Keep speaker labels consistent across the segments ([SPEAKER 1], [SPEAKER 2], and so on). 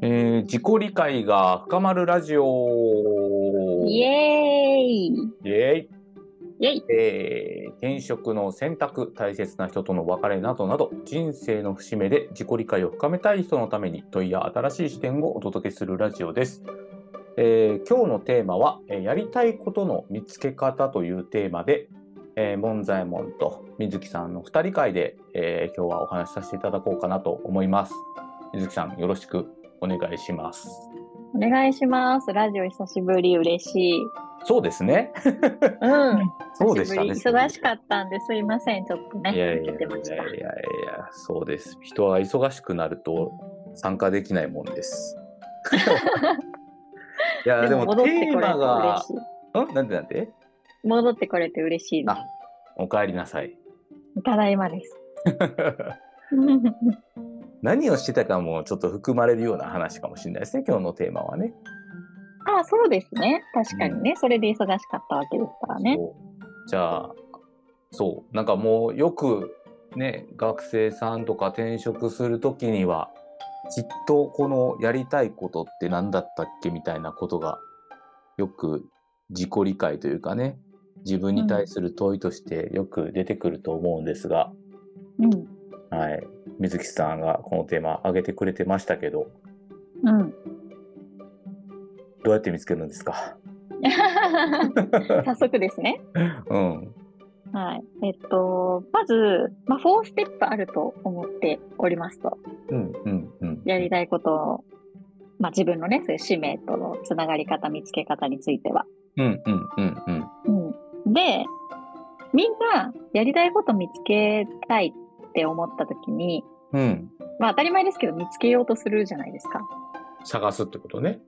[SPEAKER 1] えー、自己理解が深まるラジオ
[SPEAKER 2] イエーイ
[SPEAKER 1] イエイ
[SPEAKER 2] イエイ
[SPEAKER 1] えー転職の選択大切な人との別れなどなど人生の節目で自己理解を深めたい人のために問いや新しい視点をお届けするラジオです、えー今日のテーマは、えーやりたいことの見つけ方というテーマで、えー、門左衛門と水木さんの2人会で、えー今日はお話しさせていただこうかなと思います水木さんよろしくお願いします
[SPEAKER 2] お願いします。ラジオ久しぶり、嬉しい。
[SPEAKER 1] そうですね
[SPEAKER 2] うん。
[SPEAKER 1] そうでしたね
[SPEAKER 2] 久しぶり忙しかったんですいません。ちょっとね、
[SPEAKER 1] いやいやいや
[SPEAKER 2] 来てました。
[SPEAKER 1] いやいや、そうです。人は忙しくなると参加できないもん です。いや、でも
[SPEAKER 2] 戻っ
[SPEAKER 1] テ
[SPEAKER 2] て
[SPEAKER 1] ー
[SPEAKER 2] これて
[SPEAKER 1] マが
[SPEAKER 2] 嬉し、い。
[SPEAKER 1] んなんでなんで
[SPEAKER 2] 戻ってこれて嬉しい
[SPEAKER 1] あ
[SPEAKER 2] な。
[SPEAKER 1] おかえりなさい。
[SPEAKER 2] ただいまです。う
[SPEAKER 1] 何をしてたかもちょっと含まれるような話かもしれないですね、今日のテーマはね。
[SPEAKER 2] んあ、そうですね。確かにね、それで忙しかったわけですからね。
[SPEAKER 1] そうじゃあ、そう、なんかもうよくね、学生さんとか転職するときには、きっとこのやりたいことって何だったっけみたいなことが、よく自己理解というかね、自分に対する問いとしてよく出てくると思うんですが、
[SPEAKER 2] うん。
[SPEAKER 1] はい、水木さんがこのテーマ挙げてくれてましたけど、
[SPEAKER 2] うん。
[SPEAKER 1] どうやって見つけるんですか
[SPEAKER 2] 早速ですね。
[SPEAKER 1] うん。
[SPEAKER 2] はい。えっと、まず、まあ、4ステップあると思っておりますと。
[SPEAKER 1] うん、うん、うん。
[SPEAKER 2] やりたいことを、まあ、自分のね、そういう使命とのつながり方、見つけ方については。
[SPEAKER 1] うん、うん、うん、うん。
[SPEAKER 2] うん、で、みんなやりたいこと見つけたいって思った時に、
[SPEAKER 1] うん。
[SPEAKER 2] まあ当たり前ですけど見つけようとするじゃないですか。
[SPEAKER 1] 探すってことね。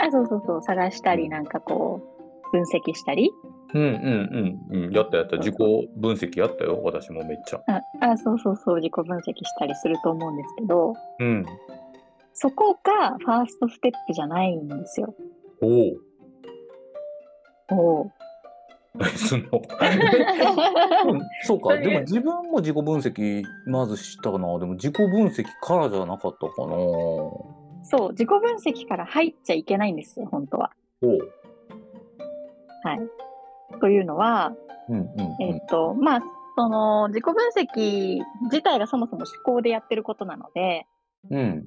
[SPEAKER 2] あ、そうそうそう、探したりなんかこう、分析したり。
[SPEAKER 1] うんうんうんうん。やったやった。自己分析やったよ。私もめっちゃ。
[SPEAKER 2] あ、あそうそうそう、自己分析したりすると思うんですけど、
[SPEAKER 1] うん。
[SPEAKER 2] そこがファーストステップじゃないんですよ。
[SPEAKER 1] おお。
[SPEAKER 2] おう
[SPEAKER 1] その。 そう
[SPEAKER 2] そ
[SPEAKER 1] か。
[SPEAKER 2] ういう
[SPEAKER 1] でも自分も自己分析まずしたな。でも自己分析からじゃなかったかな。お
[SPEAKER 2] そう、自己分析から入っちゃいけないんですよ、本当は。
[SPEAKER 1] う。
[SPEAKER 2] というのは、
[SPEAKER 1] うんうん
[SPEAKER 2] えっと、まあ、その自己分析自体がそもそも思考でやってることなので、
[SPEAKER 1] うん。うん。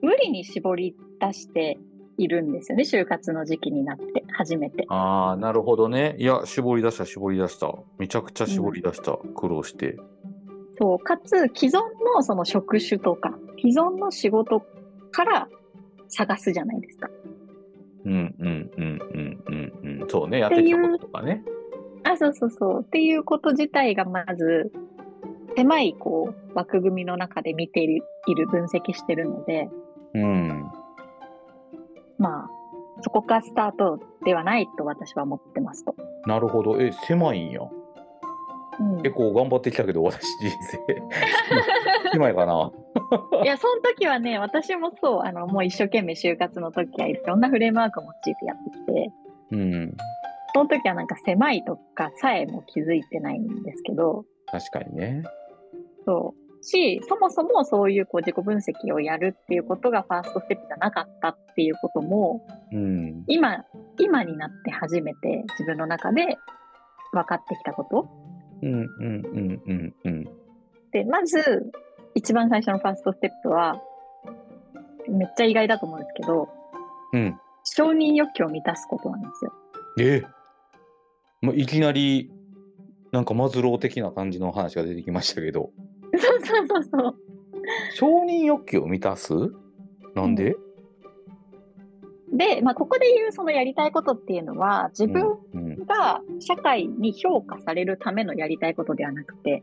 [SPEAKER 2] 無理に絞り出しているんですよね、就活の時期になって、初めて。
[SPEAKER 1] ああ、なるほどね。いや、絞り出した、絞り出した。めちゃくちゃ絞り出した。苦労して。
[SPEAKER 2] そう、かつ、既存のその職種とか、既存の仕事から探すじゃないですか。
[SPEAKER 1] うんうんうんうんうんうん。そうね。やってきたこととかね。
[SPEAKER 2] あ、そうそうそう。っていうこと自体がまず、狭いこう枠組みの中で見ている、いる分析してるので、
[SPEAKER 1] うん。
[SPEAKER 2] まあ、そこがスタートではないと私は思ってますと。
[SPEAKER 1] なるほど。え、狭いんや。
[SPEAKER 2] うん、
[SPEAKER 1] 結構頑張ってきたけど私人生 狭いかない
[SPEAKER 2] や、その時はね、私もそう、あの、もう一生懸命就活の時はいろんなフレームワークを用いてやってきて、
[SPEAKER 1] うん
[SPEAKER 2] その時はなんか狭いとかさえも気づいてないんですけど、
[SPEAKER 1] 確かにね
[SPEAKER 2] そう。し、そもそもそういうこう自己分析をやるっていうことがファーストステップじゃなかったっていうことも、
[SPEAKER 1] うん
[SPEAKER 2] 今、今になって初めて自分の中で分かってきたこと。
[SPEAKER 1] うんうんうんうんうん
[SPEAKER 2] で、まず、一番最初のファーストステップは、めっちゃ意外だと思うんですけど、
[SPEAKER 1] うん
[SPEAKER 2] 承認欲求を満たすことなんですよ。
[SPEAKER 1] えもういきなりなんかマズロー的な感じの話が出てきましたけど
[SPEAKER 2] そうそうそうそう。
[SPEAKER 1] 承認欲求を満たすなんで、
[SPEAKER 2] で、まあ、ここで言うそのやりたいことっていうのは、自分
[SPEAKER 1] うん、
[SPEAKER 2] が社会に評価されるためのやりたいことではなくて、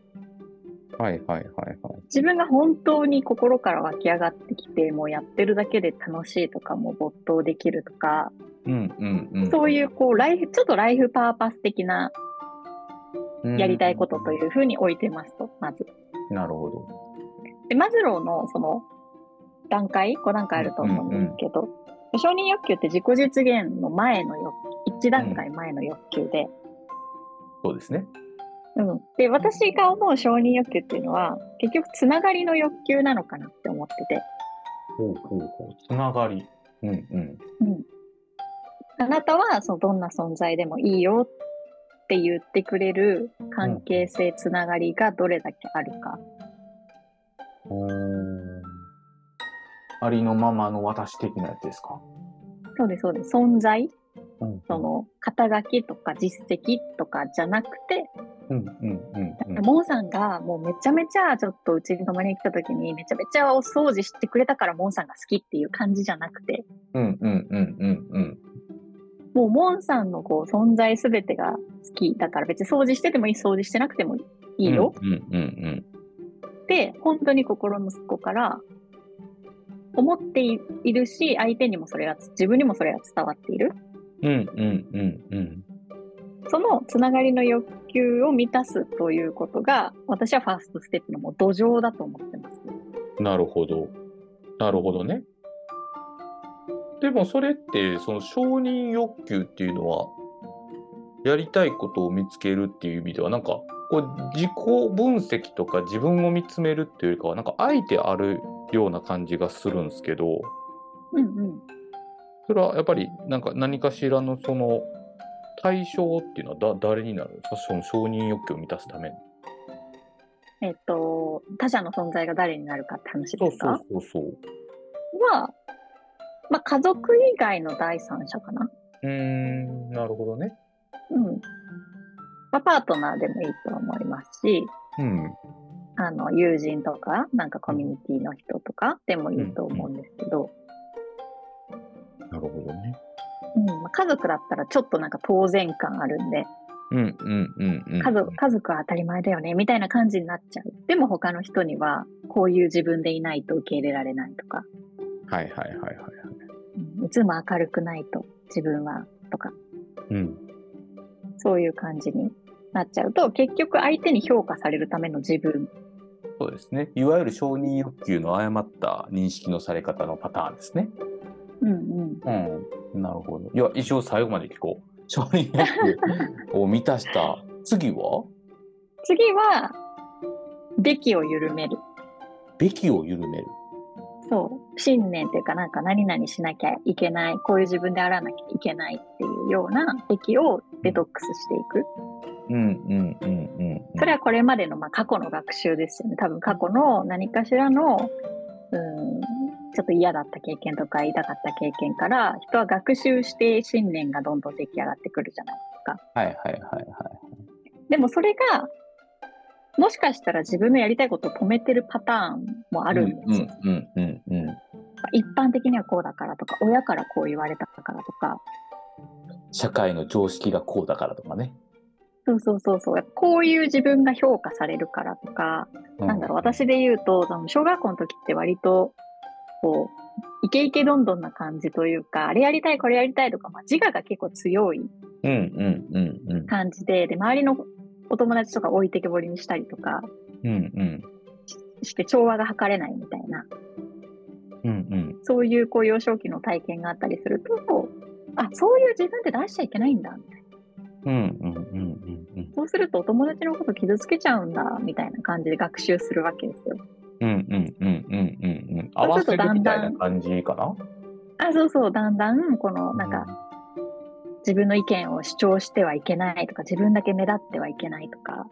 [SPEAKER 1] はいはいはいはい
[SPEAKER 2] 自分が本当に心から湧き上がってきて、もうやってるだけで楽しいとか、もう没頭できるとか、
[SPEAKER 1] うんうんうん
[SPEAKER 2] そういうこう、ライフ、ちょっとライフパーパス的なやりたいことと
[SPEAKER 1] い
[SPEAKER 2] いうふうに置いてますと、まず。
[SPEAKER 1] うんなるほど
[SPEAKER 2] で、マズローのその段階、5段階あると思うんですけど、承認欲求って自己実現の前の欲求、1段階前の欲求で、
[SPEAKER 1] そうですね
[SPEAKER 2] うん、で私が思う承認欲求っていうのは結局つながりの欲求なのかなって思ってて
[SPEAKER 1] ほうほうほう。つながり。うんうん。
[SPEAKER 2] うん、あなたはそのどんな存在でもいいよって言ってくれる関係性、つながりがどれだけあるか。
[SPEAKER 1] うーんありのままの私的なやつですか。
[SPEAKER 2] そうです、そうです。存在、
[SPEAKER 1] うん
[SPEAKER 2] その肩書きとか実績とかじゃなくて、
[SPEAKER 1] うんうんうんうん。
[SPEAKER 2] モーさんがもうめちゃめちゃちょっとうちに泊まりに来た時にめちゃめちゃお掃除してくれたからモンさんが好きっていう感じじゃなくて、
[SPEAKER 1] うんうんうんうんうん。
[SPEAKER 2] もうモンさんのこう存在すべてが好きだから別に掃除しててもいい、掃除してなくてもいいよ。
[SPEAKER 1] うんうん
[SPEAKER 2] って本当に心の底から思っているし相手にもそれが自分にもそれが伝わっている
[SPEAKER 1] うん。うんうんうんうん。
[SPEAKER 2] そのつながりの欲求を満たすということが私はファーストステップのもう土壌だと思ってます。
[SPEAKER 1] なるほど。なるほどね。でもそれってその承認欲求っていうのはやりたいことを見つけるっていう意味ではなんかこう自己分析とか自分を見つめるっていうよりかはなんか相手あるような感じがするんですけど
[SPEAKER 2] うんうん、
[SPEAKER 1] それはやっぱりなんか何かしらのその対象っていうのはだ誰になるんですかその承認欲求を満たすために。
[SPEAKER 2] えっと他者の存在が誰になるかって話
[SPEAKER 1] そ
[SPEAKER 2] で
[SPEAKER 1] う
[SPEAKER 2] す
[SPEAKER 1] そ
[SPEAKER 2] か
[SPEAKER 1] うそうそう。
[SPEAKER 2] は、まあ、家族以外の第三者かな、
[SPEAKER 1] うーんなるほどね。
[SPEAKER 2] うんまあ、パートナーでもいいと思いますし
[SPEAKER 1] うん
[SPEAKER 2] あの友人とか、なんかコミュニティの人とかでもいいと思うんですけど、
[SPEAKER 1] なるほどね。
[SPEAKER 2] うんまあ家族だったらちょっとなんか当然感あるんで、
[SPEAKER 1] うんうんうんうん。
[SPEAKER 2] 家族家族は当たり前だよねみたいな感じになっちゃう。でも他の人には、こういう自分でいないと受け入れられないとか、
[SPEAKER 1] はいはいはいはい。
[SPEAKER 2] うんいつも明るくないと自分はとか、
[SPEAKER 1] うん。
[SPEAKER 2] そういう感じになっちゃうと、結局相手に評価されるための自分。
[SPEAKER 1] そうですね。いわゆる承認欲求の誤った認識のされ方のパターンですね。
[SPEAKER 2] うんうん。
[SPEAKER 1] うん。なるほど。いや、一応最後まで聞こう。承認欲求を満たした。 次は
[SPEAKER 2] 次は、べきを緩める。
[SPEAKER 1] べきを緩める。
[SPEAKER 2] そう信念というかなんか何々しなきゃいけないこういう自分であらなきゃいけないっていうような敵をデトックスしていく
[SPEAKER 1] うんうんうんうんうん。
[SPEAKER 2] それはこれまでのまあ過去の学習ですよね多分過去の何かしらのうんちょっと嫌だった経験とか痛かった経験から人は学習して信念がどんどん出来上がってくるじゃない
[SPEAKER 1] はいはいはいはい。
[SPEAKER 2] でもそれがもしかしたら自分のやりたいことを止めてるパターンもあるんですよ、
[SPEAKER 1] うんうんうんうん。
[SPEAKER 2] 一般的にはこうだからとか親からこう言われたからとか
[SPEAKER 1] 社会の常識がこうだからとかね。
[SPEAKER 2] そうそうそうそう。こういう自分が評価されるからとか、
[SPEAKER 1] う
[SPEAKER 2] なんだろう、私で言うと、その小学校の時って割と、こう、イケイケどんどんな感じというか、あれやりたい、これやりたいとか、まあ、自我が結構強い
[SPEAKER 1] うんうんうんうん。
[SPEAKER 2] 感じで、で、周りのお友達とか置いてけぼりにしたりとか
[SPEAKER 1] うんうん。
[SPEAKER 2] して、調和が図れないみたいな、
[SPEAKER 1] うんうん。
[SPEAKER 2] そういうこう幼少期の体験があったりすると、あ、そういう自分って出しちゃいけないんだ。
[SPEAKER 1] うんうんうんうん
[SPEAKER 2] そうするとお友達のこと傷つけちゃうんだ、みたいな感じで学習するわけですよ。
[SPEAKER 1] うんうんうんうんうんうん合わせるみたいな感じかな
[SPEAKER 2] あ、そうそう、だんだん、この、なんか、自分の意見を主張してはいけないとか自分だけ目立ってはいけないとか
[SPEAKER 1] はい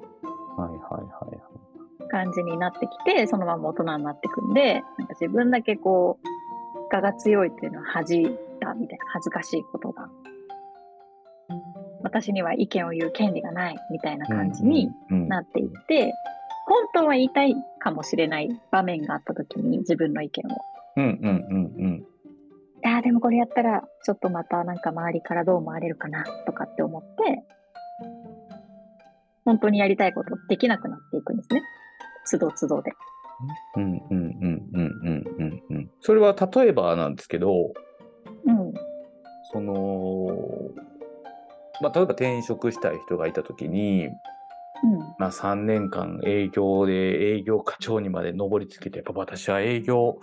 [SPEAKER 1] はいはい
[SPEAKER 2] 感じになってきてそのまま大人になってくんでなんか自分だけこう我が強いっていうのは恥だみたいな恥ずかしいことだ私には意見を言う権利がないみたいな感じになっていって、本当は言いたいかもしれない場面があった時に自分の意見を。
[SPEAKER 1] うんうんうん
[SPEAKER 2] いやーでもこれやったらちょっとまたなんか周りからどう思われるかなとかって思って本当にやりたいことできなくなっていくんですね都度都度で
[SPEAKER 1] うんうんうんうんうんうんうんうんそれは例えばなんですけど
[SPEAKER 2] うん
[SPEAKER 1] そのまあ例えば転職したい人がいた時にまあ、3年間営業で営業課長にまで上りつけて、やっぱ私は営業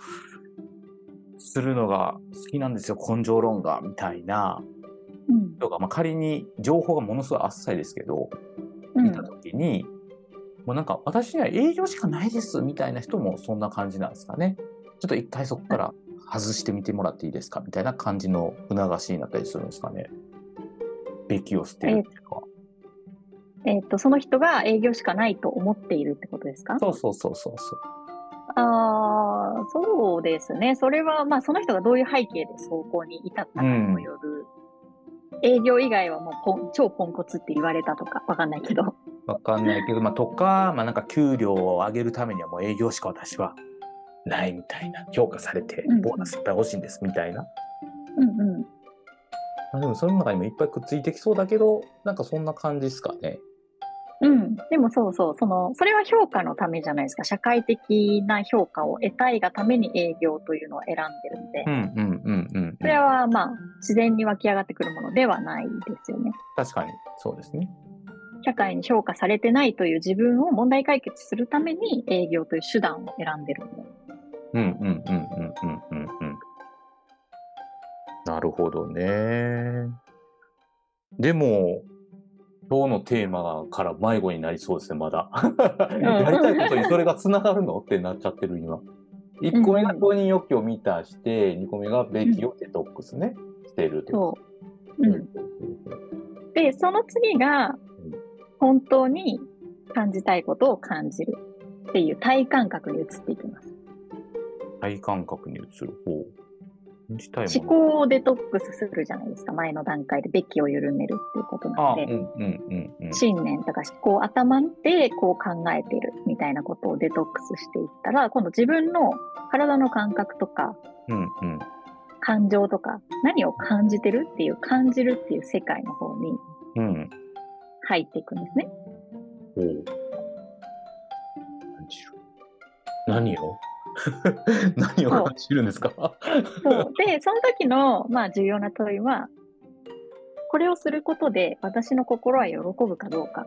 [SPEAKER 1] するのが好きなんですよ、根性論が、みたいな
[SPEAKER 2] うん
[SPEAKER 1] とか、まあ、仮に情報がものすごいあっさりですけど、
[SPEAKER 2] うんう
[SPEAKER 1] 見
[SPEAKER 2] ん
[SPEAKER 1] た時に、もうなんか私には営業しかないです、みたいな人もそんな感じなんですかね。ちょっと一回そこから外してみてもらっていいですかみたいな感じの促しになったりするんですかね。べきを捨てるとか。
[SPEAKER 2] えっと、その人が営業しかないと思っているってことですか
[SPEAKER 1] そうそうそうそうそう。
[SPEAKER 2] ああ、そうですね。それは、まあ、その人がどういう背景で走行に至ったかにもよる。営業以外はもうポン超ポンコツって言われたとか、わかんないけど。
[SPEAKER 1] わかんないけど、まあ、とか、まあ、なんか給料を上げるためにはもう営業しか私はないみたいな、評価されて
[SPEAKER 2] うん
[SPEAKER 1] ボーナスいっぱい欲しいんですみたいな。
[SPEAKER 2] うんうん。
[SPEAKER 1] まあ、でもその中にもいっぱいくっついてきそうだけど、なんかそんな感じですかね。
[SPEAKER 2] うん、でもそうそうそのそれは評価のためじゃないですか社会的な評価を得たいがために営業というのを選んでるんで、
[SPEAKER 1] うんうんうんうん、うん。
[SPEAKER 2] それはまあ自然に湧き上がってくるものではないですよね
[SPEAKER 1] 確かにそうですね。
[SPEAKER 2] 社会に評価されてないという自分を問題解決するために営業という手段を選んでるもの
[SPEAKER 1] うんうんうんうんうんうんうん。なるほどね。でも、今日のテーマから迷子になりそうですね、まだ。やりたいことにそれがつながるのってなっちゃってる今。1個目が公認欲求を満たして、2個目がべきをデトックスね、してるってこ
[SPEAKER 2] そう、
[SPEAKER 1] と。
[SPEAKER 2] うん、でその次が本当に感じたいことを感じるっていう体感覚に移っていきます
[SPEAKER 1] 体感覚に移る方。感じたい
[SPEAKER 2] 思
[SPEAKER 1] もの。
[SPEAKER 2] 考をデトックスするじゃないですか前の段階でべきを緩めるっていうことな
[SPEAKER 1] あ、う
[SPEAKER 2] の
[SPEAKER 1] んう
[SPEAKER 2] で
[SPEAKER 1] んうんうん。
[SPEAKER 2] 信念とか思考頭でこう考えてるみたいなことをデトックスしていったら今度自分の体の感覚とか
[SPEAKER 1] うんうん。
[SPEAKER 2] 感情とか何を感じてるっていう感じるっていう世界の方に
[SPEAKER 1] うん。
[SPEAKER 2] 入っていくんですね。
[SPEAKER 1] おう感じる。何を 何を
[SPEAKER 2] そう
[SPEAKER 1] 感じるんですか
[SPEAKER 2] そうでその時のまあ重要な問いはこれをすることで私の心は喜ぶかどうか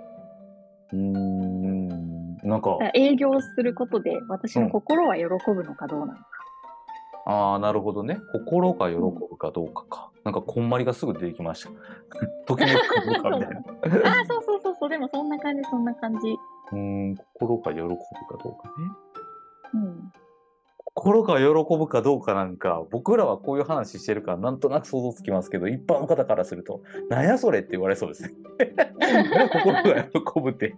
[SPEAKER 1] うーん。なんか
[SPEAKER 2] だか、ら営業することで私の心は喜ぶのかどうなのか。
[SPEAKER 1] ああ、なるほどね。心が喜ぶかどうかか。なんか、こんまりがすぐ出てきました。 ときめくかどうかみたいな。
[SPEAKER 2] あーそうそうそうそうでもそんな感じそんな感じ、
[SPEAKER 1] うーん、心が喜ぶかどうかね。
[SPEAKER 2] うん、
[SPEAKER 1] 心が喜ぶかどうかなんか、僕らはこういう話してるから、なんとなく想像つきますけど、一般の方からすると、なんやそれって言われそうですね。 心が喜ぶって、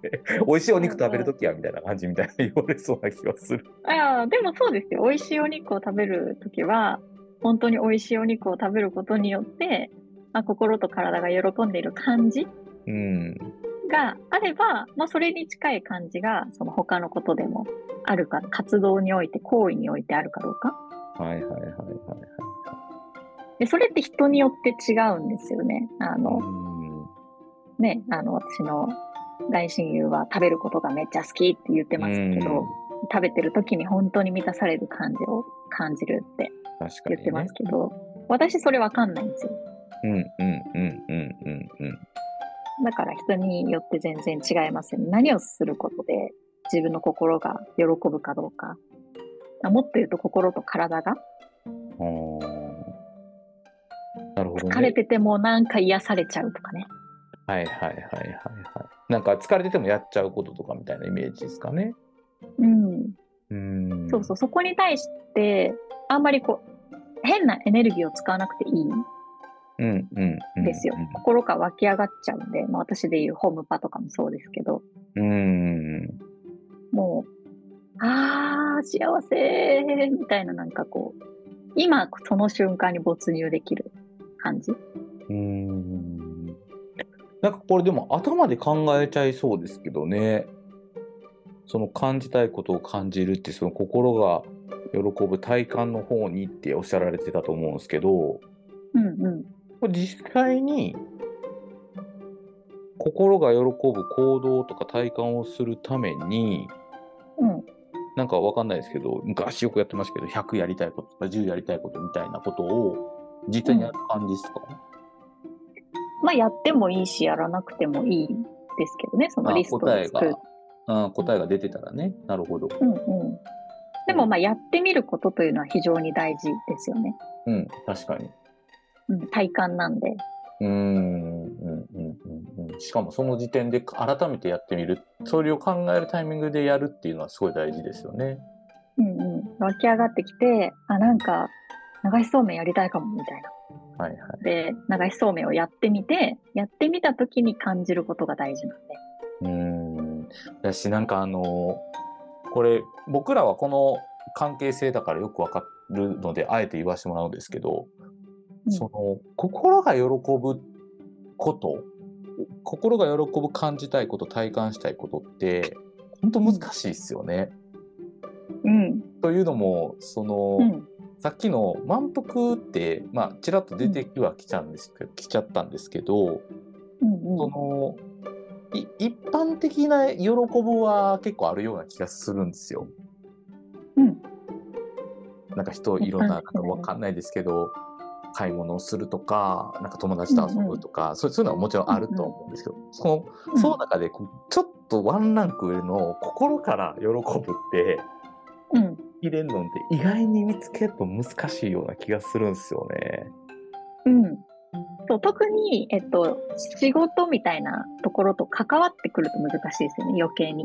[SPEAKER 1] 美味しいお肉食べるときや、みたいな感じみたいな言われそうな気がする。
[SPEAKER 2] あーでもそうですよ美味しいお肉を食べる時は本当に美味しいお肉を食べることによって、まあ、心と体が喜んでいる感じ
[SPEAKER 1] うん。
[SPEAKER 2] があれば、まあ、それに近い感じがその他のことでもあるか活動において行為においてあるかどうか
[SPEAKER 1] はいはいはいはい。
[SPEAKER 2] でそれって人によって違うんですよね。あの、
[SPEAKER 1] うん
[SPEAKER 2] ねあの私の大親友は食べることがめっちゃ好きって言ってますけど、
[SPEAKER 1] うん
[SPEAKER 2] 食べてる時に本当に満たされる感じを感じるって
[SPEAKER 1] 確かに、ね。
[SPEAKER 2] 言ってますけど、私それわかんないんですよ
[SPEAKER 1] うんうんうんうんうんうん。
[SPEAKER 2] だから人によって全然違いますよね何をすることで自分の心が喜ぶかどうかあもっと言うと心と体が
[SPEAKER 1] あーなるほど、ね。
[SPEAKER 2] 疲れててもなんか癒されちゃうとかね
[SPEAKER 1] はいはいはいはいはい。なんか疲れててもやっちゃうこととかみたいなイメージですかね。
[SPEAKER 2] うん
[SPEAKER 1] うん。
[SPEAKER 2] そうそうそこに対してあんまりこう変なエネルギーを使わなくていい
[SPEAKER 1] うんうんうん。
[SPEAKER 2] ですよ。心が湧き上がっちゃうんで、まあ、私でいうホームパとかもそうですけど、
[SPEAKER 1] うん。
[SPEAKER 2] もう、あー、幸せーみたいな、なんかこう、今、その瞬間に没入できる感じ。
[SPEAKER 1] うん。なんかこれでも頭で考えちゃいそうですけどね。その感じたいことを感じるってその心が喜ぶ体感の方にっておっしゃられてたと思うんですけど、
[SPEAKER 2] うんうん。
[SPEAKER 1] これ実際に心が喜ぶ行動とか体感をするために、
[SPEAKER 2] うん、
[SPEAKER 1] なんかわかんないですけど、昔よくやってましたけど、100やりたいこととか10やりたいことみたいなことを実際にやる感じですか、
[SPEAKER 2] まあ、やってもいいし、やらなくてもいいですけどね、その
[SPEAKER 1] あ
[SPEAKER 2] リストを
[SPEAKER 1] 答え
[SPEAKER 2] 作る
[SPEAKER 1] が。、うん、答えが出てたらね。なるほど。
[SPEAKER 2] うんうん。でも、まあ、やってみることというのは非常に大事ですよね。
[SPEAKER 1] うん、確かに。
[SPEAKER 2] うん、体感なんで。
[SPEAKER 1] うーん、うん、うん、うん。しかもその時点で改めてやってみる。それを考えるタイミングでやるっていうのはすごい大事ですよね。
[SPEAKER 2] うんうん、湧き上がってきてあなんか流しそうめんやりたいかもみたいな。
[SPEAKER 1] はいはい。
[SPEAKER 2] で流しそうめんをやってみてやってみた時に感じることが大事なんで。
[SPEAKER 1] うーん。だし、なんかあのこれ、僕らはこの関係性だからよくわかるので、あえて言わせてもらうんですけど、
[SPEAKER 2] うん
[SPEAKER 1] その、心が喜ぶこと、心が喜ぶ感じたいこと、体感したいことって、本当難しいですよね。
[SPEAKER 2] うん
[SPEAKER 1] というのも、その、
[SPEAKER 2] うん
[SPEAKER 1] さっきの満腹って、まあ、ちらっと出てきはきちゃうんですけど、来ちゃったんですけど、
[SPEAKER 2] うんう
[SPEAKER 1] そ
[SPEAKER 2] ん
[SPEAKER 1] の、い一般的な喜ぶは結構あるような気がするんですよ。
[SPEAKER 2] うん
[SPEAKER 1] なんか人いろんな、なんかわかんないですけど、買い物をするとか、なんか友達と遊ぶとか、そうそういうのはもちろんあると思うんですけど、その、その中でこう、ちょっとワンランク上の心から喜ぶって、
[SPEAKER 2] うん
[SPEAKER 1] 入れんのって意外に見つけると難しいような気がするんですよね。
[SPEAKER 2] うんそう特に、えっと、仕事みたいなところと関わってくると難しいですよね余計に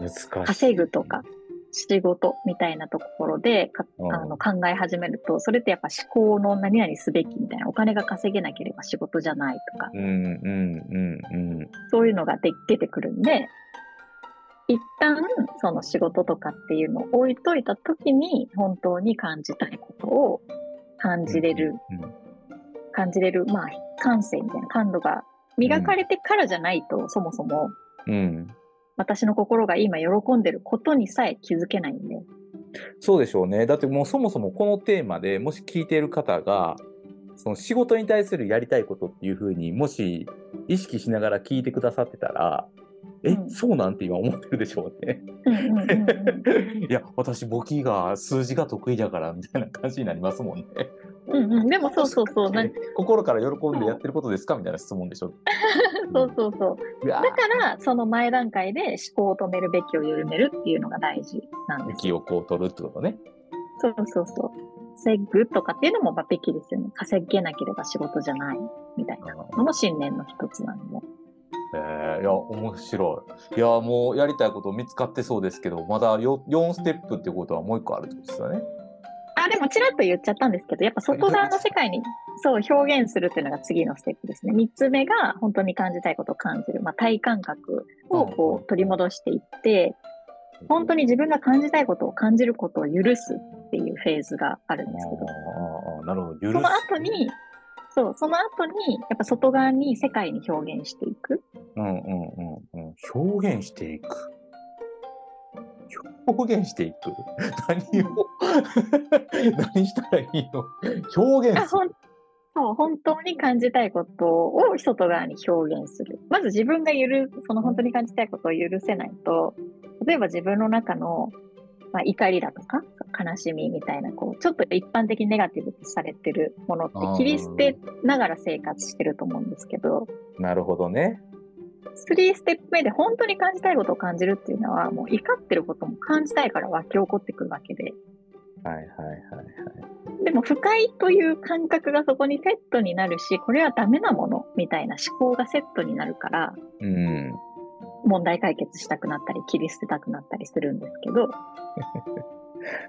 [SPEAKER 1] 難しい。
[SPEAKER 2] 稼ぐとか仕事みたいなところでか
[SPEAKER 1] うん
[SPEAKER 2] あの考え始めるとそれってやっぱ思考の何々すべきみたいなお金が稼げなければ仕事じゃないとか
[SPEAKER 1] うんうんうんうん。
[SPEAKER 2] そういうのがで出てくるんで一旦その仕事とかっていうのを置いといた時に本当に感じたいことを感じれる、
[SPEAKER 1] うんうんうん
[SPEAKER 2] 感じれるまあ感性みたいな感度が磨かれてからじゃないと、そもそも
[SPEAKER 1] うん。
[SPEAKER 2] 私の心が今喜んでることにさえ気づけないんで。
[SPEAKER 1] そうでしょうね。だってもうそもそもこのテーマでもし聞いている方が、その仕事に対するやりたいことっていうふうにもし意識しながら聞いてくださってたら、え、
[SPEAKER 2] うん
[SPEAKER 1] そうなんて今思ってるでしょうね。
[SPEAKER 2] うんうんうんうん
[SPEAKER 1] いや、私、簿記が数字が得意だからみたいな感じになりますもんね。
[SPEAKER 2] うんうん、でもそうそうそう、なん
[SPEAKER 1] 心から喜んでやってることですかみたいな質問でしょ。
[SPEAKER 2] そうそうそう。
[SPEAKER 1] いやー
[SPEAKER 2] だから、その前段階で思考を止めるべきを緩めるっていうのが大事なんです
[SPEAKER 1] 息をこう取るってことね。
[SPEAKER 2] そうそうそう。稼ぐとかっていうのも、まあ、べきですよね。稼げなければ仕事じゃないみたいなのも信念の一つなんで。
[SPEAKER 1] えーいや、面白い。いや、もうやりたいこと見つかってそうですけど、まだ 4, 4ステップってことはもう一個あるってことですよね。
[SPEAKER 2] あ、でもちらっと言っちゃったんですけど、やっぱ外側の世界にそう表現するっていうのが次のステップですね。三つ目が本当に感じたいことを感じる、まあ、体感覚をこう取り戻していって、本当に自分が感じたいことを感じることを許すっていうフェーズがあるんですけど、
[SPEAKER 1] あーあー、なるほど。許
[SPEAKER 2] その後に、そう、その後に、やっぱ外側に世界に表現していく。
[SPEAKER 1] うんうんうんうん。表現していく。表現していく。 何を、 何したらいいの表現
[SPEAKER 2] あ
[SPEAKER 1] する。
[SPEAKER 2] ほんそう本当に感じたいことを外側に表現する。まず自分が許す、その本当に感じたいことを許せないと、例えば自分の中の、まあ、怒りだとか、悲しみみたいな、こう、ちょっと一般的にネガティブとされてるもの
[SPEAKER 1] あー
[SPEAKER 2] って切り捨てながら生活してると思うんですけど、
[SPEAKER 1] なるほどね。
[SPEAKER 2] 3ステップ目で本当に感じたいことを感じるっていうのは、もう怒ってることも感じたいから湧き起こってくるわけで、
[SPEAKER 1] はいはいはい。
[SPEAKER 2] でも不快という感覚がそこにセットになるし、これはダメなものみたいな思考がセットになるから、
[SPEAKER 1] うん。
[SPEAKER 2] 問題解決したくなったり、切り捨てたくなったりするんですけど、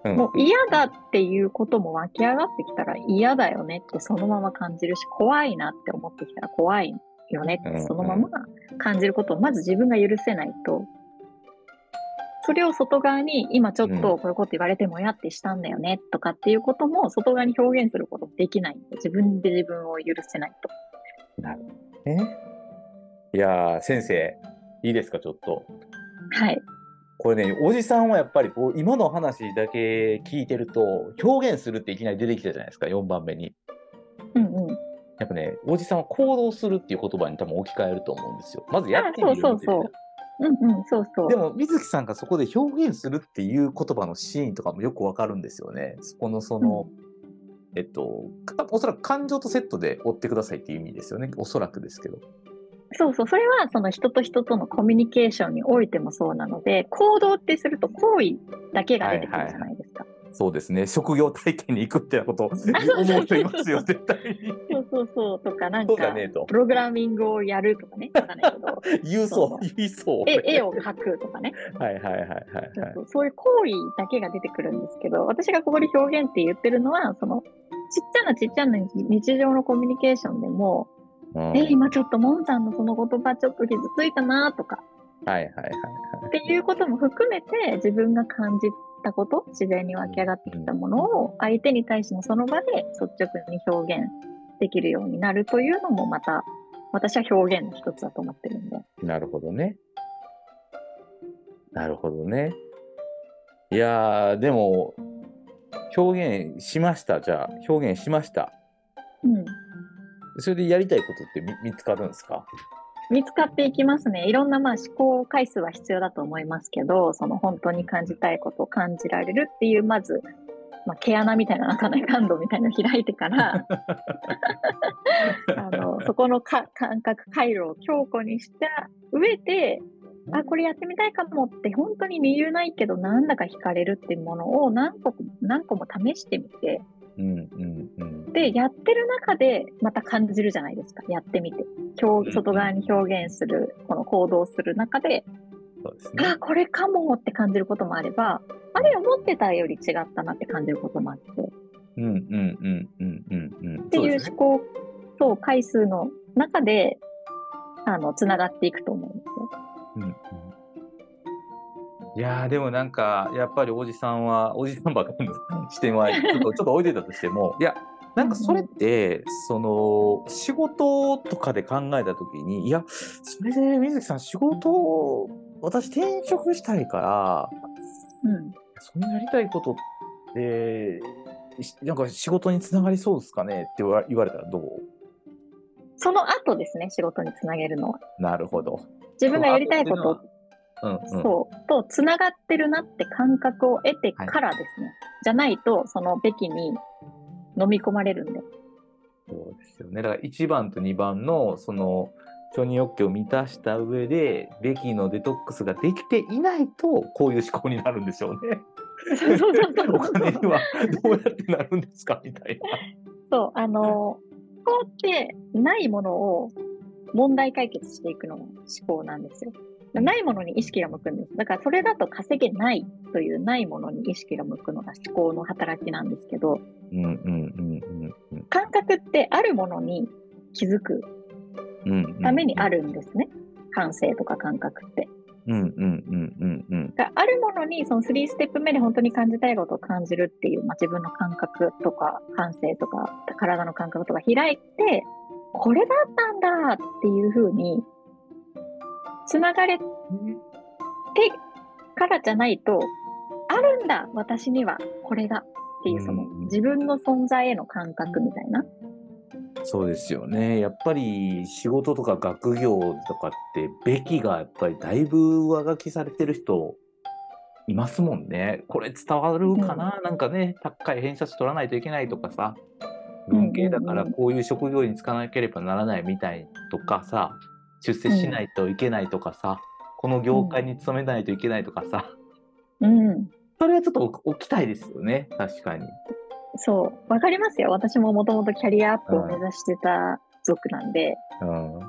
[SPEAKER 1] うん
[SPEAKER 2] もう嫌だっていうことも湧き上がってきたら嫌だよねってそのまま感じるし、怖いなって思ってきたら怖いよねってそのまま感じることをまず自分が許せないと、それを外側に今ちょっとこういうこと言われてもやってしたんだよねとかっていうことも外側に表現することできないんで。自分で自分を許せないと。
[SPEAKER 1] ね。いやー先生、いいですか、ちょっと。
[SPEAKER 2] はい。
[SPEAKER 1] これね、おじさんはやっぱりこう今の話だけ聞いてると表現するっていきなり出てきたじゃないですか4番目に。
[SPEAKER 2] うんうん。
[SPEAKER 1] やっぱねおじさんは行動するっていう言葉に多分置き換えると思うんですよ。まずやってみる
[SPEAKER 2] あそうそうそう
[SPEAKER 1] みたい
[SPEAKER 2] うんうん、そうそう。
[SPEAKER 1] なでも水木さんがそこで表現するっていう言葉のシーンとかもよくわかるんですよね。そこのその、えっとかおそらく感情とセットで追ってくださいっていう意味ですよねおそらくですけど。
[SPEAKER 2] そうそう、それはその人と人とのコミュニケーションにおいてもそうなので、行動ってすると行為だけが出てくるじゃないですか。
[SPEAKER 1] そうですね職業体験に行くってなこと思う人いますよ絶対に。
[SPEAKER 2] そうそうそうとか、なん
[SPEAKER 1] そうだ
[SPEAKER 2] か、
[SPEAKER 1] ね と
[SPEAKER 2] プログラミングをやると かね、わかんないけど、
[SPEAKER 1] 言うそう、言いそう。
[SPEAKER 2] 絵絵を描くとかね、
[SPEAKER 1] はいはいはいはい
[SPEAKER 2] そう
[SPEAKER 1] はい。
[SPEAKER 2] そうそういう行為だけが出てくるんですけど、私がここで表現って言ってるのは、その、ちっちゃなちっちゃな日日常のコミュニケーションでも、
[SPEAKER 1] うん
[SPEAKER 2] え、今ちょっともんちゃんのその言葉ちょっと傷ついたなとか、
[SPEAKER 1] はいはいはい
[SPEAKER 2] っていうことも含めて自分が感じたこと自然に湧き上がってきたものを相手に対してもその場で率直に表現できるようになるというのもまた私は表現の一つだと思ってるんで
[SPEAKER 1] なるほどね。なるほどね。いやー、でも、表現しました、じゃあ、表現しました。
[SPEAKER 2] うん
[SPEAKER 1] それでやりたいことってみ見つかるんですか
[SPEAKER 2] 見つかっていきますねいろんなまあ試行回数は必要だと思いますけどその本当に感じたいことを感じられるっていうまず、まあ、毛穴みたいななんかね感度みたいなの開いてからあのそこのか感覚回路を強固にした上であこれやってみたいかもって本当に理由ないけどなんだか惹かれるっていうものを何個も何個も試してみて
[SPEAKER 1] うんうんうん。
[SPEAKER 2] でやってる中でまた感じるじゃないですかやってみて
[SPEAKER 1] うんうん
[SPEAKER 2] 表外側に表現するこの行動する中で
[SPEAKER 1] そうですね。
[SPEAKER 2] あこれかもって感じることもあればあれ思ってたより違ったなって感じることもあってっ
[SPEAKER 1] うんうんうんうんうんうん。
[SPEAKER 2] て
[SPEAKER 1] そう
[SPEAKER 2] い
[SPEAKER 1] で
[SPEAKER 2] う
[SPEAKER 1] すね
[SPEAKER 2] 思考と回数の中であのつながっていくと思うんですよ。
[SPEAKER 1] うんうんいやーでもなんかやっぱりおじさんはおじさんばっかりの視点 はちょっとちょっと置いてたとしてもいやなんかそれってその仕事とかで考えた時にいやそれで水木さん仕事を私転職したいから
[SPEAKER 2] うん
[SPEAKER 1] そのやりたいことってしなんか仕事につながりそうですかねって言わ言われたらどう
[SPEAKER 2] その後ですね仕事につなげるのは
[SPEAKER 1] なるほど。
[SPEAKER 2] 自分がやりたいこと
[SPEAKER 1] うんうん、
[SPEAKER 2] そう、とつながってるなって感覚を得てからですね、じゃないとそのべきに飲み込まれるんで
[SPEAKER 1] そうですよね。だから1番と2番のその承認欲求を満たした上でべきのデトックスができていないとこういう思考になるんでしょうね。
[SPEAKER 2] そうそうそうそう
[SPEAKER 1] お金にはどうやってなるんですかみたい
[SPEAKER 2] そうあのこうってないものを問題解決していくのが思考なんですよないものに意識が向くんですだからそれだと稼げないというないものに意識が向くのが思考の働きなんですけど
[SPEAKER 1] な。うんうんうん
[SPEAKER 2] 感覚ってあるものに気づく
[SPEAKER 1] うんうん
[SPEAKER 2] ためにあ
[SPEAKER 1] る。
[SPEAKER 2] るんですね、感性とか感覚って
[SPEAKER 1] うんうんうんうんうん。
[SPEAKER 2] があるものにその3ステップ目で本当に感じたいことを感じるっていう、まあ、自分の感覚とか感性とか体の感覚とか開いてこれだったんだっていうふうにつながれてからじゃないとあるんだ私にはこれがっていうその
[SPEAKER 1] うん
[SPEAKER 2] 自分の存在への感覚みたいな
[SPEAKER 1] そうですよね。やっぱり仕事とか学業とかってべきがやっぱりだいぶ上書きされてる人いますもんね。これ伝わるかな、なんかね、高い偏差値取らないといけないとかさ、文系だから
[SPEAKER 2] うんうんうん
[SPEAKER 1] こういう職業に就かなければならないみたいとかさ、出世しないといけないとかさ、この業界に勤めないといけないとかさ、
[SPEAKER 2] うん
[SPEAKER 1] それはちょっと置きたいですよね、確かに。
[SPEAKER 2] そうわかりますよ私ももともとキャリアアップを目指してた族なんで、
[SPEAKER 1] うん。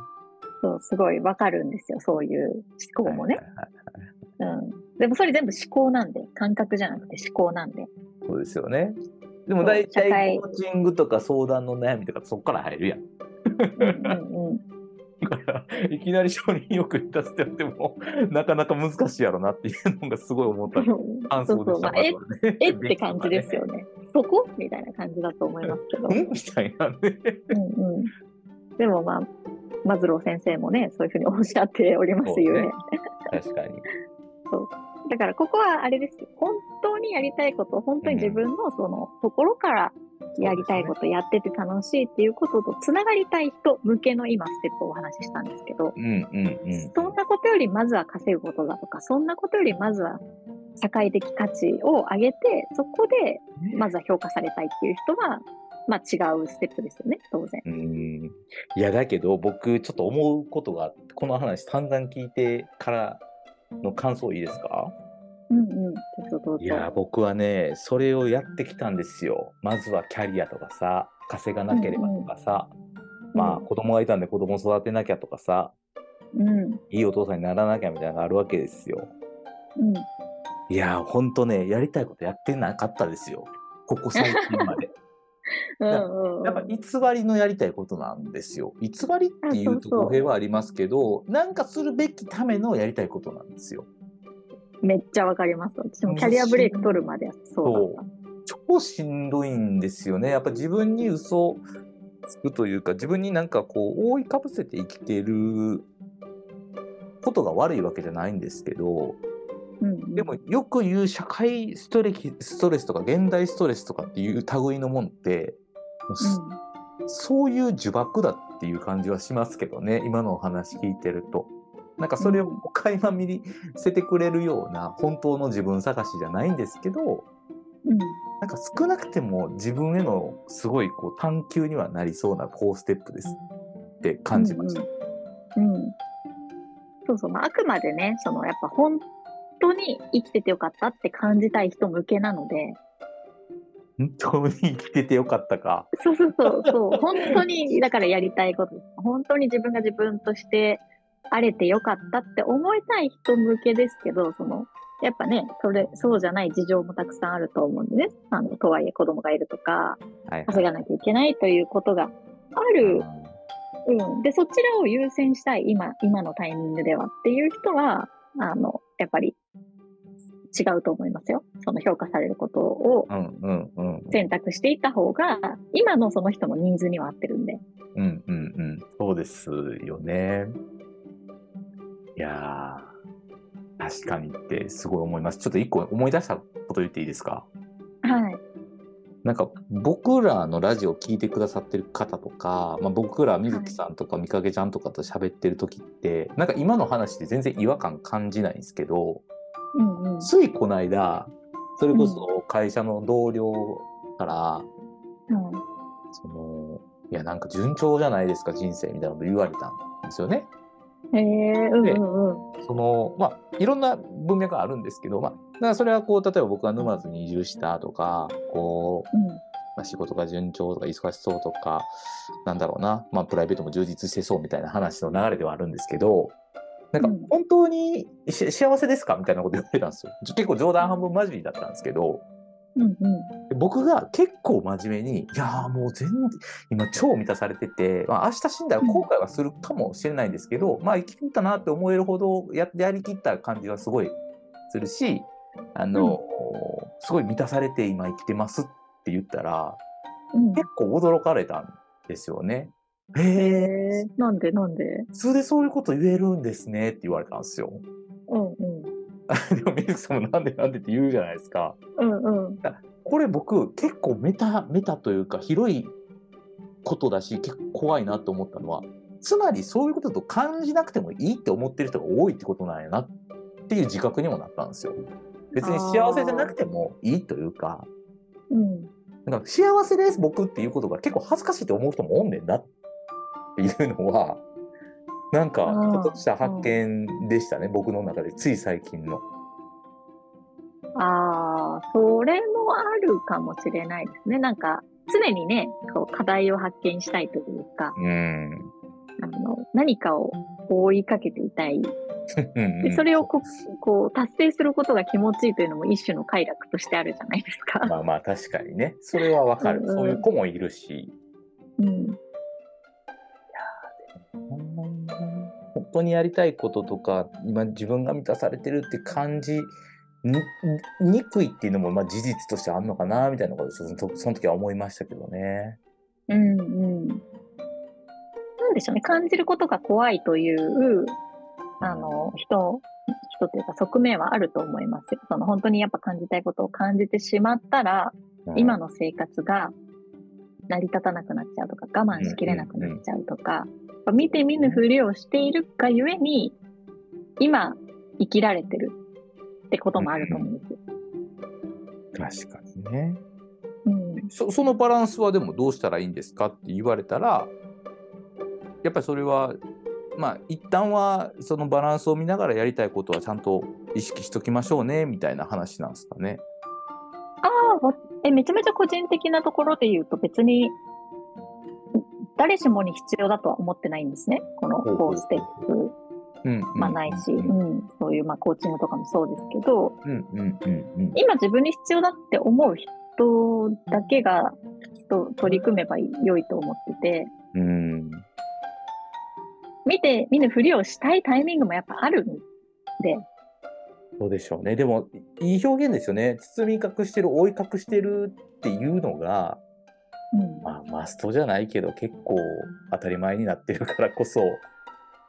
[SPEAKER 2] そうすごいわかるんですよそういう思考もね
[SPEAKER 1] はいはいはい
[SPEAKER 2] うんでもそれ全部思考なんで、感覚じゃなくて思考なん で。
[SPEAKER 1] そうですよね。で
[SPEAKER 2] そ
[SPEAKER 1] も
[SPEAKER 2] う
[SPEAKER 1] 大
[SPEAKER 2] 社会
[SPEAKER 1] 体コーチングとか相談の悩みとかそこから入るやん。
[SPEAKER 2] うんうんうん、
[SPEAKER 1] だからいきなり承認欲満たすってやってもなかなか難しいやろなっていうのがすごい思ったり。感
[SPEAKER 2] そ
[SPEAKER 1] 想
[SPEAKER 2] うそ
[SPEAKER 1] でし
[SPEAKER 2] う、ま
[SPEAKER 1] た
[SPEAKER 2] あ、え、
[SPEAKER 1] まずはね
[SPEAKER 2] えって感じです。よね。そこみたいな感じだと思いますけど。
[SPEAKER 1] うんみたいなね。
[SPEAKER 2] うんうん、でもまあ、マズロー先生もね、そういうふうにおっしゃっておりますよね。
[SPEAKER 1] 確かに。
[SPEAKER 2] だからここはあれですよ本当にやりたいこと、本当に自分のそのところからやりたいこと、やってて楽しいっていうこととつながりたい人向けの今、ステップをお話ししたんですけど、
[SPEAKER 1] うんうんうん。
[SPEAKER 2] そんなことよりまずは稼ぐことだとか、そんなことよりまずは社会的価値を上げて、そこでまずは評価されたいっていう人は、まあ違うステップですよね、当然。
[SPEAKER 1] うん。いやだけど僕ちょっと思うことがあってこの話散々聞いてからの感想いいですか
[SPEAKER 2] うんうん。ちょっとどうぞ。
[SPEAKER 1] いや僕はねそれをやってきたんですよまずはキャリアとかさ稼がなければとかさ、まあ子供がいたんで子供育てなきゃとかさ
[SPEAKER 2] うん
[SPEAKER 1] いいお父さんにならなきゃみたいなのがあるわけですよ
[SPEAKER 2] うん
[SPEAKER 1] いやーほんとねやりたいことやってなかったですよここ最近ま で
[SPEAKER 2] うんうん
[SPEAKER 1] やっぱ偽りのやりたいことなんですよ偽りっていうと
[SPEAKER 2] あそうそう
[SPEAKER 1] 語弊はありますけどなんかするべきためのやりたいことなんですよ
[SPEAKER 2] めっちゃわかります私もキャリアブレイク取るまでそうだっ
[SPEAKER 1] 超しんどいんですよねやっぱ自分に嘘つくというか自分になんかこう覆いかぶせて生きてることが悪いわけじゃないんですけど
[SPEAKER 2] た、うんうん、
[SPEAKER 1] でもよく言う社会ストレキストレスとか現代ストレスとかっていう類のもんって、もうすそういう呪縛だっていう感じはしますけどね今のお話聞いてると。なんかそれを
[SPEAKER 2] うん
[SPEAKER 1] 垣間見せてくれるような本当の自分探しじゃないんですけど
[SPEAKER 2] うん、うん
[SPEAKER 1] なんか少なくても自分へのすごいこう探求にはなりそうな4ステップですって感じました。
[SPEAKER 2] うんうんそうそう、まあ、あくまでねそのやっぱ本当に生きててよかったって感じたい人向けなので
[SPEAKER 1] 本当に生きててよかったか。
[SPEAKER 2] そうそうそうそう本当にだからやりたいことです本当に自分が自分として荒れてよかったって思いたい人向けですけどそのやっぱねそれそうじゃない事情もたくさんあると思うんでねあのとはいえ子供がいるとか
[SPEAKER 1] はい
[SPEAKER 2] 稼がなきゃいけないということがあるうん、でそちらを優先したい今今のタイミングではっていう人はあのやっぱり違うと思いますよその評価されることを
[SPEAKER 1] うんうんうん
[SPEAKER 2] 選択していった方が今のその人のニーズには合ってるんで
[SPEAKER 1] うんうんうん。そうですよね。いやー確かにってすごい思います。ちょっと一個思い出したこと言っていいですか
[SPEAKER 2] はい
[SPEAKER 1] なんか僕らのラジオを聞いてくださってる方とか、まあ、僕ら水木さんとかみかげちゃんとかと喋ってる時って、なんか今の話で全然違和感感じないんですけど
[SPEAKER 2] うんうん
[SPEAKER 1] ついこの間それこそ会社の同僚から、
[SPEAKER 2] うん
[SPEAKER 1] そのいやなんか順調じゃないですか人生みたいなこと言われたんですよね。
[SPEAKER 2] へえうんうんうん
[SPEAKER 1] そのまあいろんな文脈があるんですけど、まあ、だからそれはこう例えば僕が沼津に移住したとかこうまあ、仕事が順調とか忙しそうとかなんだろうな、まあ、プライベートも充実してそうみたいな話の流れではあるんですけどなんか
[SPEAKER 2] うん
[SPEAKER 1] 本当にし幸せですかみたいなこと言ってたんですよじゃ結構冗談半分真面目だったんですけど
[SPEAKER 2] うんうん
[SPEAKER 1] で僕が結構真面目にいやーもう全然今超満たされてて、まあ、明日死んだら後悔はするかもしれないんですけど、まあ生き切ったなって思えるほどややりきった感じはすごいするしあの、すごい満たされて今生きてますって言ったら
[SPEAKER 2] うん
[SPEAKER 1] 結構驚かれたんですよね。へ
[SPEAKER 2] へ
[SPEAKER 1] え、
[SPEAKER 2] えなんでなんで
[SPEAKER 1] 普通でそういうこと言えるんですねって言われたんですよ。
[SPEAKER 2] うんうん
[SPEAKER 1] でも、水木さんもなんでなんでって言うじゃないですか。
[SPEAKER 2] うんうん
[SPEAKER 1] これ僕、結構メタ、メタというか、広いことだし、結構怖いなと思ったのは、つまりそういうことと感じなくてもいいって思ってる人が多いってことなんやなっていう自覚にもなったんですよ。別に幸せじゃなくてもいいというか、
[SPEAKER 2] うん
[SPEAKER 1] なんか幸せです僕っていうことが結構恥ずかしいと思う人もおんねんなっていうのはなんか
[SPEAKER 2] あー
[SPEAKER 1] ちょっとした発見でしたね、僕の中でつい最近の。
[SPEAKER 2] ああ、それもあるかもしれないですね。なんか、常にね、こう課題を発見したいというか、
[SPEAKER 1] うん、
[SPEAKER 2] あの何かを追いかけていたい。で、それをこうこう達成することが気持ちいいというのも一種の快楽としてあるじゃないですか。
[SPEAKER 1] まあまあ確かにねそれはわかる、
[SPEAKER 2] うんうん
[SPEAKER 1] そういう子もいるし
[SPEAKER 2] うん。
[SPEAKER 1] 本当にやりたいこととか今自分が満たされてるって感じににくいっていうのもまあ事実としてあるのかなみたいなことそのその時は思いましたけどね。
[SPEAKER 2] うんうん。なんでしょうね。感じることが怖いという、あの、人、人というか側面はあると思いますよ。その本当にやっぱ感じたいことを感じてしまったら、
[SPEAKER 1] うん、
[SPEAKER 2] 今の生活が成り立たなくなっちゃうとか我慢しきれなくなっちゃうとか、やっぱ見て見ぬふりをしているがゆえに今生きられてるってこともあると思うんですよ。
[SPEAKER 1] 確かにね。
[SPEAKER 2] うん
[SPEAKER 1] そそのバランスはでもどうしたらいいんですかって言われたらやっぱりそれはまあ一旦はそのバランスを見ながらやりたいことはちゃんと意識しときましょうねみたいな話なんですかね。
[SPEAKER 2] ああわえめちゃめちゃ個人的なところで言うと別に誰しもに必要だとは思ってないんですね。この
[SPEAKER 1] ほうほう
[SPEAKER 2] 4ステップ、
[SPEAKER 1] うん
[SPEAKER 2] まあ、ないし、
[SPEAKER 1] う
[SPEAKER 2] うんん、そういうまあコーチングとかもそうですけど、
[SPEAKER 1] うんうんうん
[SPEAKER 2] 今自分に必要だって思う人だけがきっと取り組めば良いと思ってて、
[SPEAKER 1] うんうん
[SPEAKER 2] 見て見ぬふりをしたいタイミングもやっぱあるんで、
[SPEAKER 1] そうでしょうねでもいい表現ですよね包み隠してる覆い隠してるっていうのが、まあ、マストじゃないけど結構当たり前になってるからこそ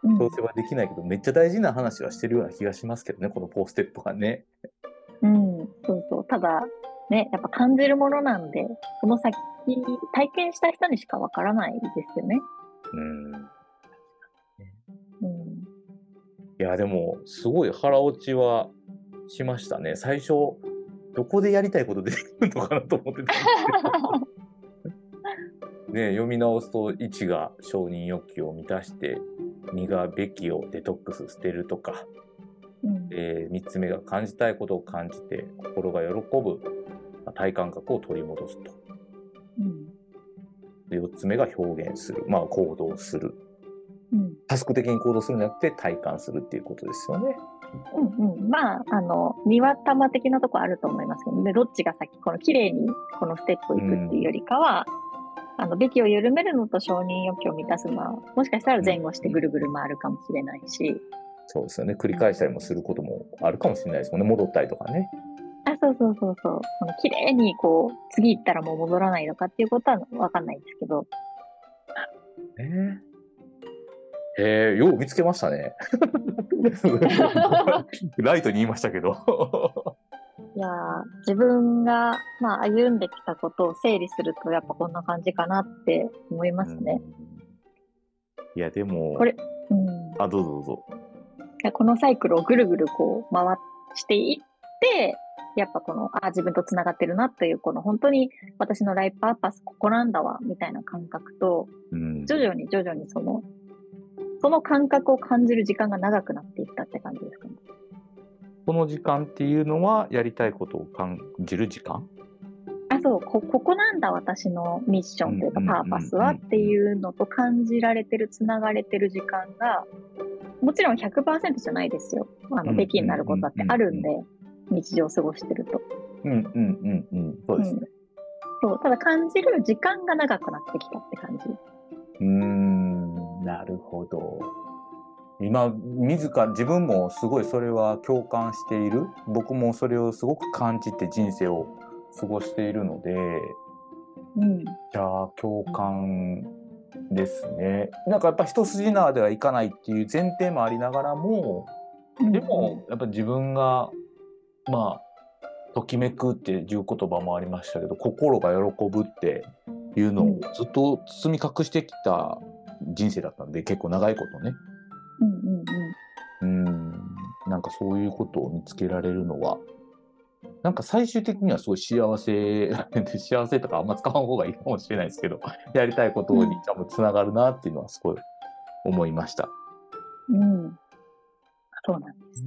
[SPEAKER 2] うん
[SPEAKER 1] どうせはできないけどめっちゃ大事な話はしてるような気がしますけどねこの4ステップはね。
[SPEAKER 2] うん、うん、そうそう。ただ、ね、やっぱ感じるものなんで、その先、体験した人にしかわからないですよね。
[SPEAKER 1] うん
[SPEAKER 2] うん
[SPEAKER 1] いやでもすごい腹落ちはしましたね最初どこでやりたいこと出てくるのかなと思ってたんですけどね 読み直すと1が承認欲求を満たして2がべきをデトックス捨てるとか、
[SPEAKER 2] うん
[SPEAKER 1] え3つ目が感じたいことを感じて心が喜ぶまあ体感覚を取り戻すと
[SPEAKER 2] うん
[SPEAKER 1] 4つ目が表現するまあ行動する
[SPEAKER 2] うん
[SPEAKER 1] タスク的に行動するんじゃなくて体感するっていうことですよね。
[SPEAKER 2] うんうん、まあ、あの、庭玉的なとこあると思いますけど、ね、どっちが先、この綺麗にこのステップをいくっていうよりかは、あの、べきを緩めるのと承認欲求を満たすのは、もしかしたら前後してぐるぐる回るかもしれないし、
[SPEAKER 1] そうですよね。繰り返したりもすることもあるかもしれないですもんね。戻ったりとかね。
[SPEAKER 2] あ、そうそうそうそう、この綺麗にこう、次行ったらもう戻らないのかっていうことはわかんないですけど、
[SPEAKER 1] ええよう見つけました ね。ライトに言いましたけど。
[SPEAKER 2] いやー自分が、まあ、歩んできたことを整理すると、やっぱこんな感じかなって思いますね。
[SPEAKER 1] いや、でも、
[SPEAKER 2] これうん
[SPEAKER 1] あ、どうぞどうぞ。
[SPEAKER 2] このサイクルをぐるぐるこう回していって、やっぱこの、あ、自分とつながってるなという、この本当に私のライフパーパスここなんだわ、みたいな感覚と、
[SPEAKER 1] うん
[SPEAKER 2] 徐々に徐々にその、その感覚を感じる時間が長くなっていったって感じですかね。
[SPEAKER 1] この時間っていうのは、やりたいことを感じる時間
[SPEAKER 2] あ、そう、こ、ここなんだ私のミッションというか
[SPEAKER 1] うんうんうんうん
[SPEAKER 2] パーパスはっていうのと感じられてる、つながれてる時間が、もちろん100%じゃないですよ。あ
[SPEAKER 1] うんうんうんう
[SPEAKER 2] の、
[SPEAKER 1] ん
[SPEAKER 2] べきになることだってあるんで、日常を過ごしてると。
[SPEAKER 1] うんうんうんうん。そうですね。
[SPEAKER 2] そう、ただ感じる時間が長くなってきたって感じ。
[SPEAKER 1] うーん、なるほど。今、自ら、自分もすごいそれは共感している。僕もそれをすごく感じて人生を過ごしているので、
[SPEAKER 2] うん。
[SPEAKER 1] じゃあ共感ですね。なんかやっぱ一筋縄ではいかないっていう前提もありながらも、でもやっぱ自分がまあときめくっていう言葉もありましたけど、心が喜ぶっていうのをずっと包み隠してきた人生だったんで結構長いことね。
[SPEAKER 2] うん、うんうん
[SPEAKER 1] うん、なんかそういうことを見つけられるのは。なんか最終的にはすごい幸せ 幸せとかあんま使わん方がいいかもしれないですけどやりたいことに多分つながるなっていうのはすごい思いました。
[SPEAKER 2] うん。うん。そうなんです。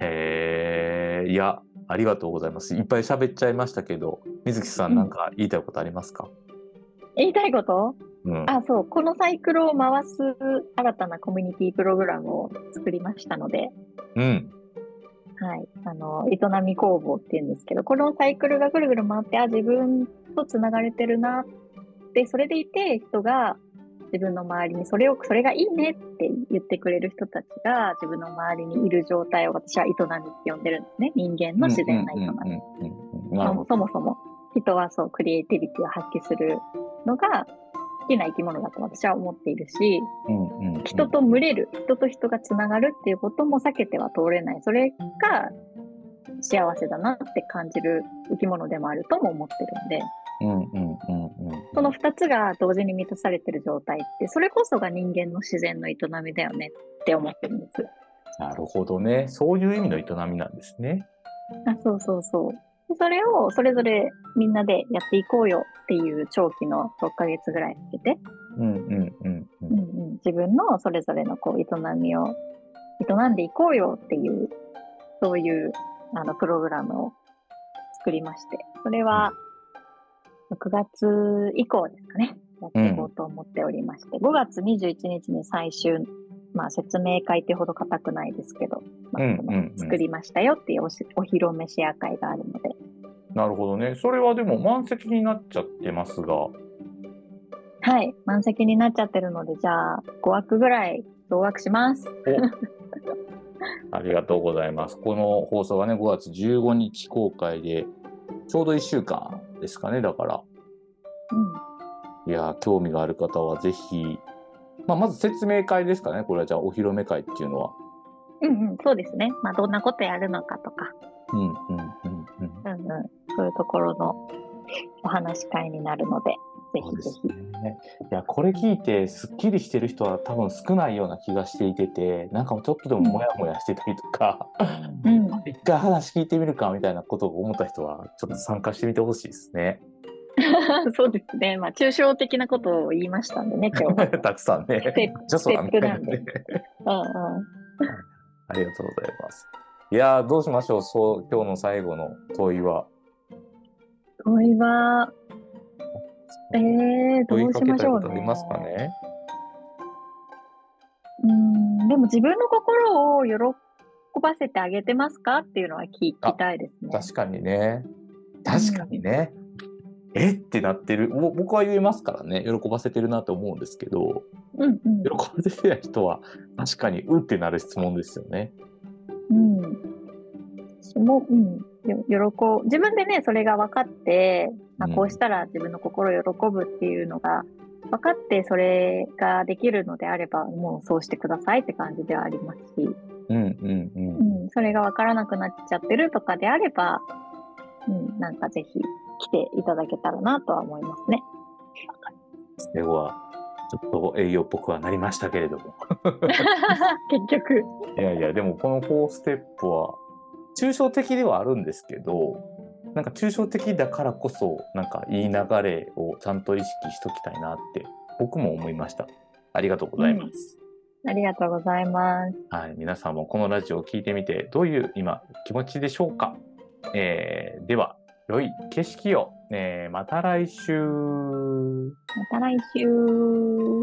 [SPEAKER 1] えー、いやありがとうございます。いっぱい喋っちゃいましたけど水木さんなんか言いたいことありますか、
[SPEAKER 2] 言いたいこと
[SPEAKER 1] うん、
[SPEAKER 2] あ、そう。このサイクルを回す新たなコミュニティプログラムを作りましたので、
[SPEAKER 1] うん
[SPEAKER 2] はい。あの、営み工房っていうんですけど、このサイクルがぐるぐる回って、あ、自分とつながれてるなって、それでいて、人が自分の周りに、それを、それがいいねって言ってくれる人たちが、自分の周りにいる状態を私は営みって呼んでるんですね。人間の自然な営み。
[SPEAKER 1] うんうんうんうんなる
[SPEAKER 2] そ
[SPEAKER 1] ほ
[SPEAKER 2] も
[SPEAKER 1] ど。
[SPEAKER 2] そもそも、人はそう、クリエイティビティを発揮するのが、好きな生き物だと私は思っているし、
[SPEAKER 1] うんうんうん
[SPEAKER 2] 人と群れる、人と人がつながるっていうことも避けては通れない。それが幸せだなって感じる生き物でもあるとも思ってるんで、
[SPEAKER 1] うんうんうんうん
[SPEAKER 2] その二つが同時に満たされてる状態って、それこそが人間の自然の営みだよねって思ってるんです。
[SPEAKER 1] なるほどね。そういう意味の営みなんですね。
[SPEAKER 2] あ、そうそうそう。でそれをそれぞれみんなでやっていこうよっていう長期の6ヶ月ぐらいかけて、
[SPEAKER 1] うんうんうんう
[SPEAKER 2] うん
[SPEAKER 1] ん。
[SPEAKER 2] うん、自分のそれぞれのこう営みを営んでいこうよっていうそういうあのプログラムを作りましてそれは6月以降ですかねやっていこうと思っておりまして、5月21日に最終、まあ、説明会ってほど固くないですけど、まあ
[SPEAKER 1] うん
[SPEAKER 2] こ
[SPEAKER 1] うん
[SPEAKER 2] の
[SPEAKER 1] うん
[SPEAKER 2] 作りましたよっていうおしお披露目シェア会があるので、
[SPEAKER 1] なるほどね。それはでも満席になっちゃってますが。
[SPEAKER 2] はい、満席になっちゃってるので、じゃあ5枠ぐらい増枠します。
[SPEAKER 1] ありがとうございます。この放送がね、5月15日公開で、ちょうど1週間ですかね、だから。
[SPEAKER 2] うん、
[SPEAKER 1] いやー、興味がある方はぜひ、まあ、まず説明会ですかね、これはじゃあお披露目会っていうのは。
[SPEAKER 2] うん、うん、そうですね。まあ、どんなことやるのかとか、
[SPEAKER 1] うんうんうんうん。
[SPEAKER 2] うんうん、そういうところのお話し会になるので、ぜ
[SPEAKER 1] そうで
[SPEAKER 2] ひぜ
[SPEAKER 1] す
[SPEAKER 2] ひ。
[SPEAKER 1] ね。いや、これ聞いて、すっきりしてる人は多分少ないような気がしていてて、なんかちょっとでもモヤモヤしてたりとか、
[SPEAKER 2] うん、
[SPEAKER 1] 一回話聞いてみるかみたいなことを思った人は、ちょっと参加してみてほしいです ね。
[SPEAKER 2] そうですね。まあ、抽象的なことを言いましたんでね、今日 は。
[SPEAKER 1] たくさんね
[SPEAKER 2] ス。テップ
[SPEAKER 1] 女子なんで
[SPEAKER 2] ステップなんでうんうん。
[SPEAKER 1] ありがとうございます。いやーどうしましょう、そう今日の最後の問いは。
[SPEAKER 2] 問いは、えー、ど
[SPEAKER 1] 問いうか
[SPEAKER 2] し
[SPEAKER 1] け
[SPEAKER 2] ま
[SPEAKER 1] た
[SPEAKER 2] し
[SPEAKER 1] い
[SPEAKER 2] ょ
[SPEAKER 1] こ
[SPEAKER 2] う
[SPEAKER 1] とあ
[SPEAKER 2] ね。
[SPEAKER 1] りますかね。
[SPEAKER 2] うん、でも自分の心を喜ばせてあげてますかっていうのは聞きたいですね。
[SPEAKER 1] 確かにね。確かにね。えってなってる。もう僕は言えますからね、喜ばせてるなと思うんですけど、
[SPEAKER 2] うんうん
[SPEAKER 1] 喜ばせてない人は確かにうってなる質問ですよね。
[SPEAKER 2] うん、もう、うん、よ喜ぶ自分でねそれが分かって、まあ、
[SPEAKER 1] うん
[SPEAKER 2] こうしたら自分の心を喜ぶっていうのが分かってそれができるのであればもうそうしてくださいって感じではありますし、
[SPEAKER 1] うんうんうん。
[SPEAKER 2] うん、それが分からなくなっちゃってるとかであれば、うん、なんかぜひ来ていただけたらなとは思いますね。
[SPEAKER 1] では、ちょっと栄養っぽくはなりましたけれども。
[SPEAKER 2] 結局、
[SPEAKER 1] いやいや、でもこの4ステップは、抽象的ではあるんですけど、なんか抽象的だからこそ、なんかいい流れをちゃんと意識しときたいなって、僕も思いました。ありがとうございます。
[SPEAKER 2] ありがとうございます。
[SPEAKER 1] はい、皆さんもこのラジオを聞いてみて、どういう今気持ちでしょうか。えーでは、良い景色を、えーまた来週。
[SPEAKER 2] また来週。